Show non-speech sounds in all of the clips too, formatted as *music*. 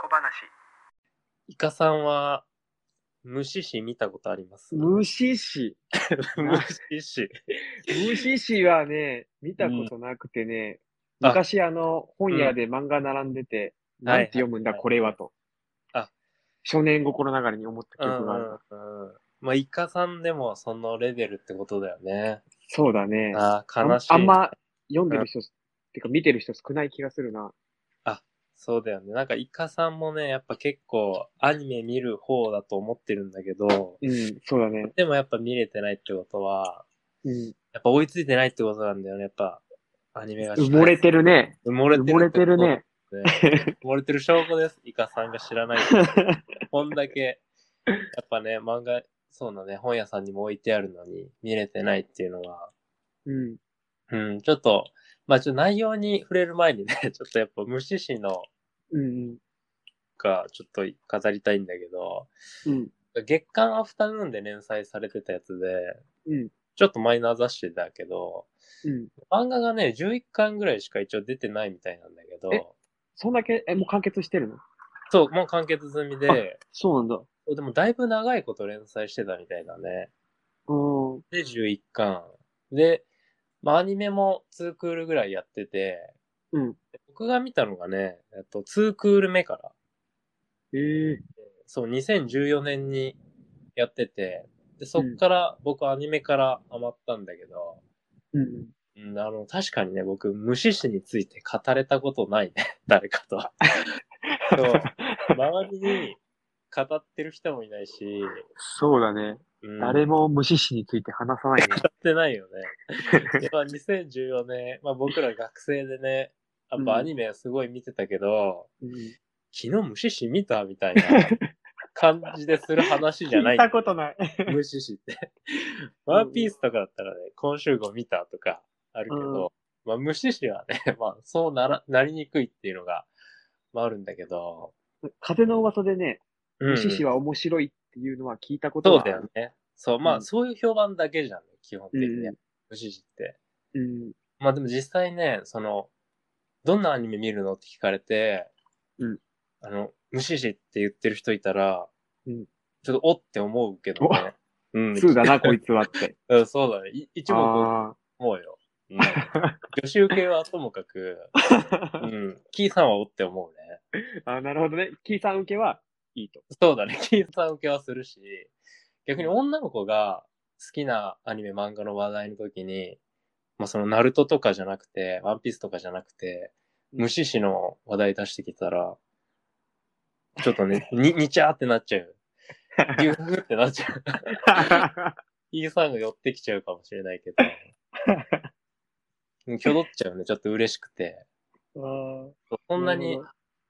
小話イカさんは、虫師見たことあります虫師。虫師。虫師はね、見たことなくてね、うんあ昔あの、本屋で漫画並んでて、んなんて読むんだはいはいはいこれはと。あ少年心ながらに思った *laughs* う記ん憶うがある。んうん。まあ、イカさんでもそのレベルってことだよね。そうだね。ああ、悲しい。あんま読んでる人、てか見てる人少ない気がするな。そうだよね。なんかイカさんもね、やっぱ結構アニメ見る方だと思ってるんだけど、うん、そうだね。でもやっぱ見れてないってことは、うん。やっぱ追いついてないってことなんだよね。やっぱアニメが埋もれてるね。埋もれてる。埋もれてる *laughs* ね。。埋もれてる証拠です。イカさんが知らない。こんだけ、やっぱね、漫画、そうだね、本屋さんにも置いてあるのに見れてないっていうのは、うん。うん、ちょっと、まあちょっと内容に触れる前にね、ち *laughs* ょっとやっぱ無視しのうん。がちょっと語りたいんだけど、うん。月刊アフタヌーンで連載されてたやつで、うんちょっとマイナー雑誌だけど、うん。漫画がね、11巻ぐらいしか一応出てないみたいなんだけえど、そんだけ、え、もう完結してるのそう、もう完結済みで、そうなんだ。でもだいぶ長いこと連載してたみたいだね。うん。で、11巻。で、まあ、アニメも2クールぐらいやってて、うん。僕が見たのがね、えっと、2クール目から、ええそう、2014年にやってて、で、そっから、僕アニメからハマったんだけど、うん。うん、あの、確かにね、僕、無視死について語れたことないね、 *laughs* 誰か *laughs* とは。そう。周りに語ってる人もいないし、そうだね。うん、誰語も無視しについて話 *laughs* さないね。ってないよ *laughs* ね。でまあ、2014年、まあ僕ら学生でね、やっぱアニメすごい見てたけど、うん昨日無視死見たみたいな感じでする話じゃな *laughs* 聞いいたことない。無視して。ワンピースとかだったらね、今週号見たとかあるけど、まあ無視しはね、 *laughs* まあそうなら、なりにくいっていうのが、まああるんだけど、風の噂でね、うん無視しは面白いっていうのは聞いたことそうはあだる。よね。そう、まうあんそういう評判だけじゃん、基本的にうはん。無視しって。うん。まあでも実際ね、その、どんなアニメ見るのって聞かれて、うんあの、無視しって言ってる人いたら、うんちょっとおって思うけどね。うん、普通だな、こいつは *laughs* って。うん、そうだね。い一目置いてあ思うよ。うん、女子受けはとも *laughs* かく、うーん、キーさんはおって思うね。あ、なるほどね。キーさん受けはい *laughs* いと。そうだね、キーさん受けはするし、逆に女の子が好きなアニメ、漫画の話題の時に、まあ、その、ナルトとかじゃなくて、ワンピースとかじゃなくて、無視しの話題出してきたら、ちょっとね、に、にちゃーってなっちゃう。ぎゅーってなっちゃう。キーさんが寄ってきちゃうかもしれないけど。うん挙動っちゃうね、ちょっと嬉しくて。あそんなに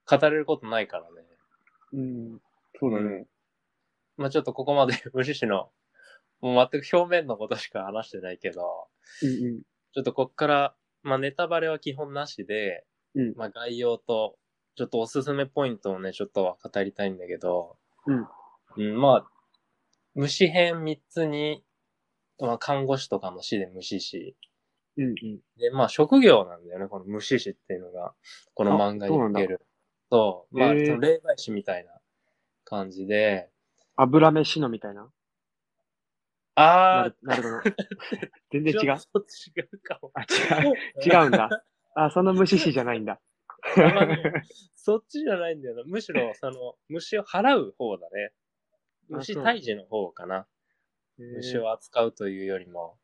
語れることないからね。うん。そうだね。まあちょっとここまで *laughs* 無視しの、もう全く表面のことしか話してないけど、うんちょっとこっから、まあネタバレは基本なしで、うんまあ概要と、ちょっとおすすめポイントをね、ちょっとは語りたいんだけど、うんうんまあ、虫編3つに、まあ看護師とかの死で虫師。うん。うんうん。で、まあ職業なんだよね、この虫師っていうのが、この漫画における。そうまあ、へーその霊媒師みたいな感じで、油飯のみたいな。あなる、ーなるほど。 *laughs* 全然違う。ちょっと違うかも。 *laughs* あ、違う。違うんだ。あ、その無視しじゃないんだ。あ *laughs* んまねそっちじゃないんだよな。むしろ、その、虫を払う方だね。あ虫そう退治の方かな。虫を扱うというよりも。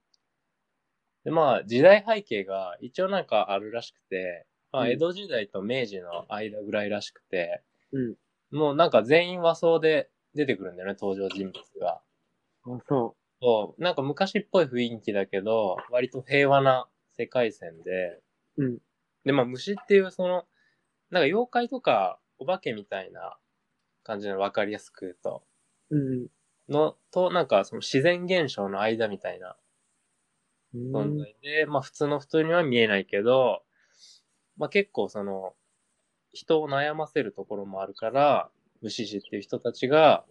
で、まあ、時代背景が一応なんかあるらしくて、まうあ、ん江戸時代と明治の間ぐらいらしくて、うんもうなんか全員和装で出てくるんだよね、登場人物が。あ、そそう、なんか昔っぽい雰囲気だけど、割と平和な世界線で、うんで、まあ虫っていうその、なんか妖怪とかお化けみたいな感じの分かりやすく言うと、う。うんの、と、なんかその自然現象の間みたいなうん。存在で、まあ普通の人には見えないけど、まあ結構その、人を悩ませるところもあるから、虫師っていう人たちが、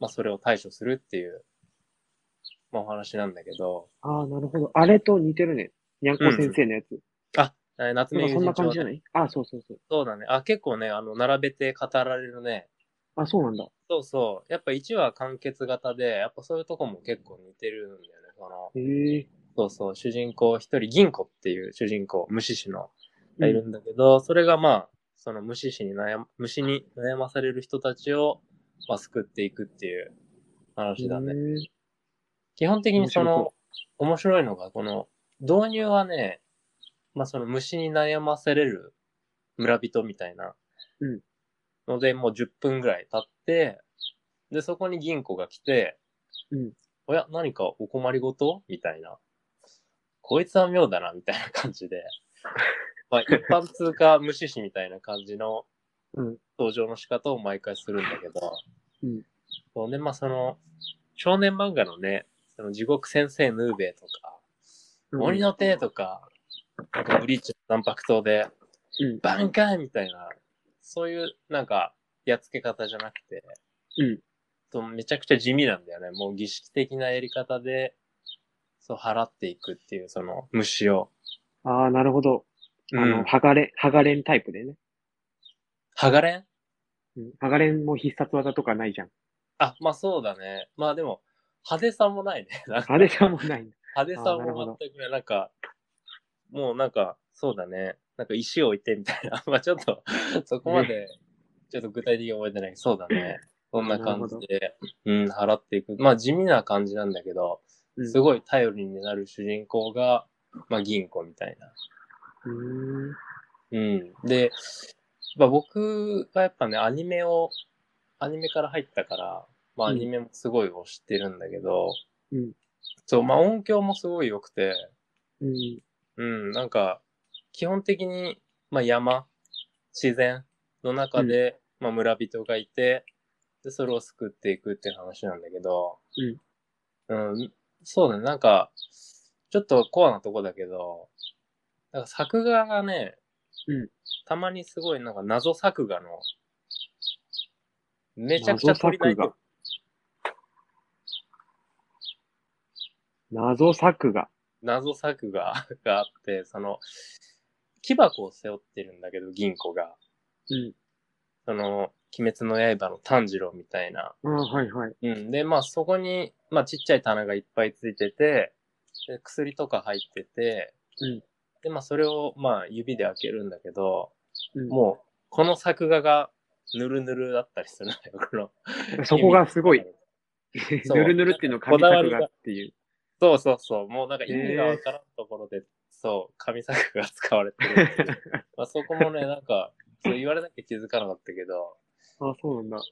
まあそれを対処するっていう、まあお話なんだけど、ああ、なるほど。あれと似てるね。にゃんこ先生のやつ。あ、えー夏なん目か友そん人な帳感ねじじゃないあ、そうそうそう。そうだね。あ、結構ね、あの、並べて語られるね。あ、そうなんだ。そうそう。やっぱ1話完結型で、やっぱそういうとこも結構似てるんだよね。その、へえ。そうそう、主人公一人、銀子っていう主人公、無視師の、がいるうんだけど、それがまあ、その無視死に悩ま、虫に悩まされる人たちを、まあ、救っていくっていう話だね。ん。基本的にそ面白の、面白いのが、この、導入はね、まあその虫に悩ませれる村人みたいな。うんので、もう10分ぐらい経って、で、そこに銀行が来て、うんおや、何かお困りごとみたいな。こいつは妙だな、みたいな *laughs* 感じで。まあ一般通過無視しみたいな感じのうん登場の仕方を毎回するんだけど。うんそうね、まあその、少年漫画のね、その地獄先生ヌーベイとか、森の手とか、なんかブリーチの淡白刀で、うんバンカーみたいな、そういうなんか、やっつけ方じゃなくて、うんそうめちゃくちゃ地味なんだよね。もう儀式的なやり方で、そう、払っていくっていう、その、虫を。ああ、なるほど。あうの、んハガレン、ハガレンタイプでね。剥がれんうんハガレンも必殺技とかないじゃん。あ、まあそうだね。まあでも、派手さもないね。なんかあれさもないんだ。派手さあーなるほもど全くない。なんか、もうなんか、そうだね。なんか石を置いてみたいな。 *laughs* まあちょっと、そこまで、ちょっと具体的に覚えてないけど、そうだね。そんな感じで、うん、払っていく。まあ地味な感じなんだけど、うんすごい頼りになる主人公が、まあ銀行みたいな。うーん。うん。で、まあ、僕がやっぱね、アニメを、アニメから入ったから、まあ、アうんニメもすごい推してるんだけど、うんそう、まあ、音響もすごい良くて、うん。うん、なんか、基本的に、まあ、山、自然の中で、まあ、村人がいて、で、それを救っていくっていう話なんだけど、うん。そうだね、なんか、ちょっとコアなとこだけど、なんか作画がね、うんたまにすごいなんか謎作画の、めちゃくちゃ鳥鳴いてる。謎作画。謎作画があって、その、木箱を背負ってるんだけど、銀子が。うん。その、鬼滅の刃の炭治郎みたいな。ああ、はいはい。うん。で、まあそこに、まあちっちゃい棚がいっぱいついてて、で薬とか入ってて、うんで、まあそれを、まあ指で開けるんだけど、うんもう、この作画が、ぬるぬるだったりするのよ、この。そこがすごい。そぬうるぬるっていうのをこ神だわり作が画っていう。そうそうそう。もうなんか意味がわからんところで、そう、神作が使われてるっていう *laughs* まあそこもね、なんか、そう言われなきゃ気づかなかったけど、ああ、そうなんだ。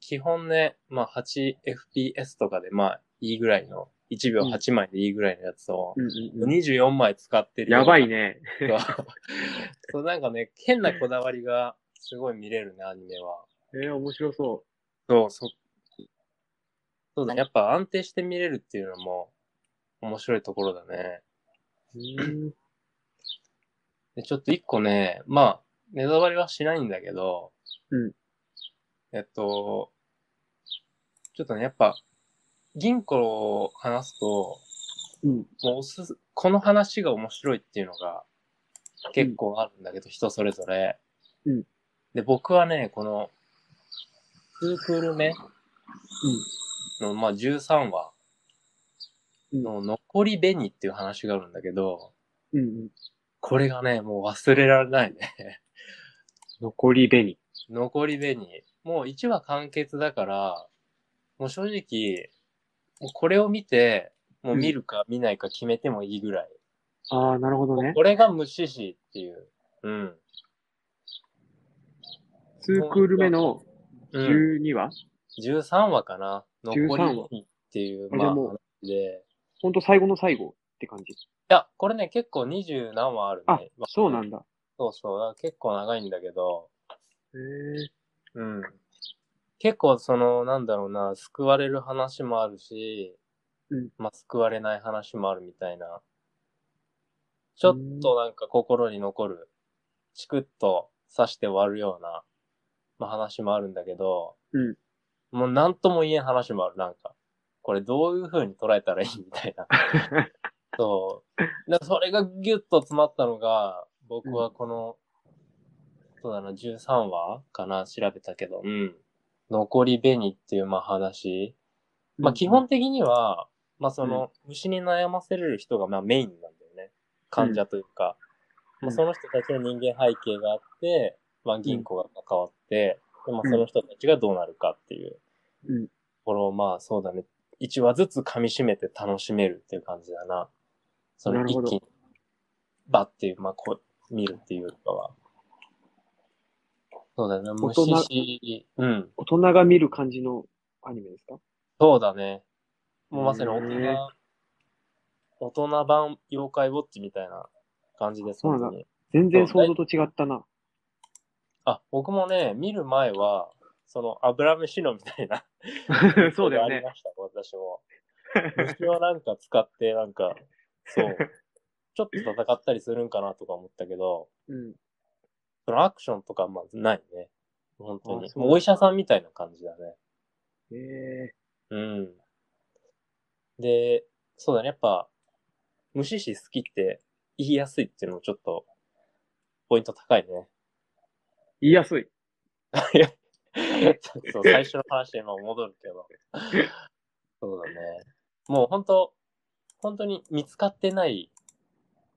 基本ね、まあ 8fps とかで、まあいいぐらいの、1秒8枚でいいぐらいのやつを、うんうんうん。 24枚使ってるようやなばいね。 *laughs* そうそう、なんかね、変なこだわりがすごい見れるね、アニメは。えー、面白そそう、そそうだね。やっぱ安定して見れるっていうのも面白いところだね。う。うん。で、ちょっと一個ね、まあ、ネタバレはしないんだけど、うん。えっと、ちょっとね、やっぱ、銀行を話すと、うん。もうおすす、この話が面白いっていうのが結構あるんだけど、人それぞれ。うんで、僕はね、この、2クール目の、まあ、13話の残り紅っていう話があるんだけど、うんうん。これがね、もう忘れられないね。残り紅。残り紅。もう1話完結だから、もう正直、もうこれを見て、もう見るか見ないか決めてもいいぐらい。ああ、なるほどね。これが無視しっていう。うん。 2クール目のうん、 12話、 13話かな。残り13話紅っていう、あまあ、でも話で。ほんと最後の最後って感じ。いや、これね、結構二十何話あるね。あ、そうなんんだ。そうそう。だから結構長いんだけど、へえ。うん。結構その、なんだろうな、救われる話もあるし、うんまあ、救われない話もあるみたいな。ちょっとなんか心に残る、チクッと刺して終わるような、まあ、話もあるんだけど、うんもう何とも言えん話もある、なんか。これどういう風に捉えた *laughs* らいいみたいな。そう。でそれがギュッと詰まったのが、僕はこの、そうだな、13話かな、調べたけど、うん。残り紅っていう、まあ話。まあ基本的には、まあその、虫に悩ませれる人が、まあメインなんだよね。患者というか。うんまあその人たちの人間背景があって、まあ銀行が関わって、でまあその人たちがどうなるかっていうう。んこれをまあそうだね。一話ずつ噛み締めて楽しめるっていう感じだな。そなのるほど一気に、バッていう、まあこう、見るっていうよりかは。そうだね。大人虫し、うん。大人が見る感じのアニメですかそうだね。もうまさに大へー人、大人版妖怪ウォッチみたいな感じです、そうな本んだ当に。全然想像と違ったな。あ、僕もね、見る前は、その、油飯のみたいな *laughs* そうだよありね。ました、私も。虫をなんか使って、なんか、そう、ちょっと戦ったりするんかなとか思ったけど、うん。そのアクションとか、まあ、ないね。本当あに。そうもうお医者さんみたいな感じだね。ええうん。で、そうだね、やっぱ、無視し好きって言いやすいっていうのもちょっと、ポイント高い *laughs* ね。言いやすい。ちょっと最初の話に今戻るけど。そうだね。もう本当本当に見つかってない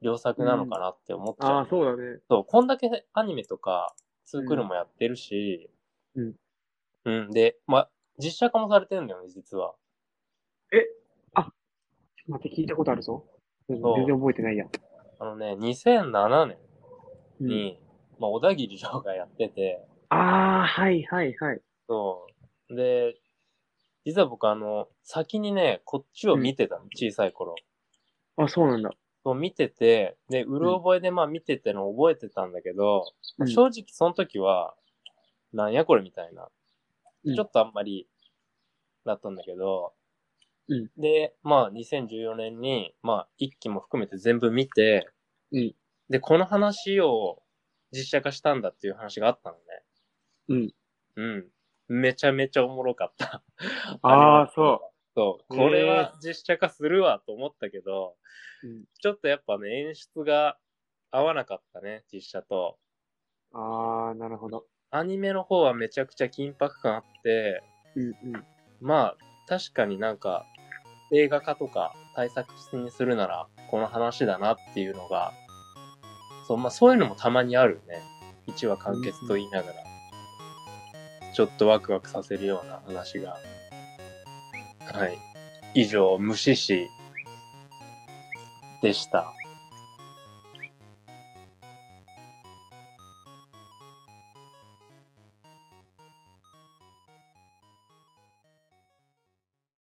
良作なのかなって思っちゃう。ああ、そうだね。そう、こんだけアニメとか、ツークールもやってるし、うん。うん、で、まあ、実写化もされてるんだよね、実は。また聞いたことあるぞ。うんそう全然覚えてないや。あのね、2007年うんに、まあ、小田切城がやってて、ああ、はいはいはい。そう。で、実は僕、あの、先にね、こっちを見てたの、小さい頃。あ、そうなんだ。そう、見てて、で、うる覚えで、まあ、見ててのを覚えてたんだけど、うん正直、その時は、なんやこれみたいな。うんちょっとあんまり、だったんだけど、うんで、まあ、2014年に、まあ、一期も含めて全部見て、うんで、この話を実写化したんだっていう話があったのね。うん。うん。めちゃめちゃおもろかった。 *laughs* ああ、そそう。これは実写化するわと思ったけど、う。うん、ちょっとやっぱね、演出が合わなかったね、実写と。ああ、なるほど。アニメの方はめちゃくちゃ緊迫感あって、うんうん。まあ、確かになんか、映画化とか対策にするなら、この話だなっていうのが、そう、まあそういうのもたまにあるよね。1話完結と言いながら、ちょっとワクワクさせるような話が。はい。以上、無視し、でした。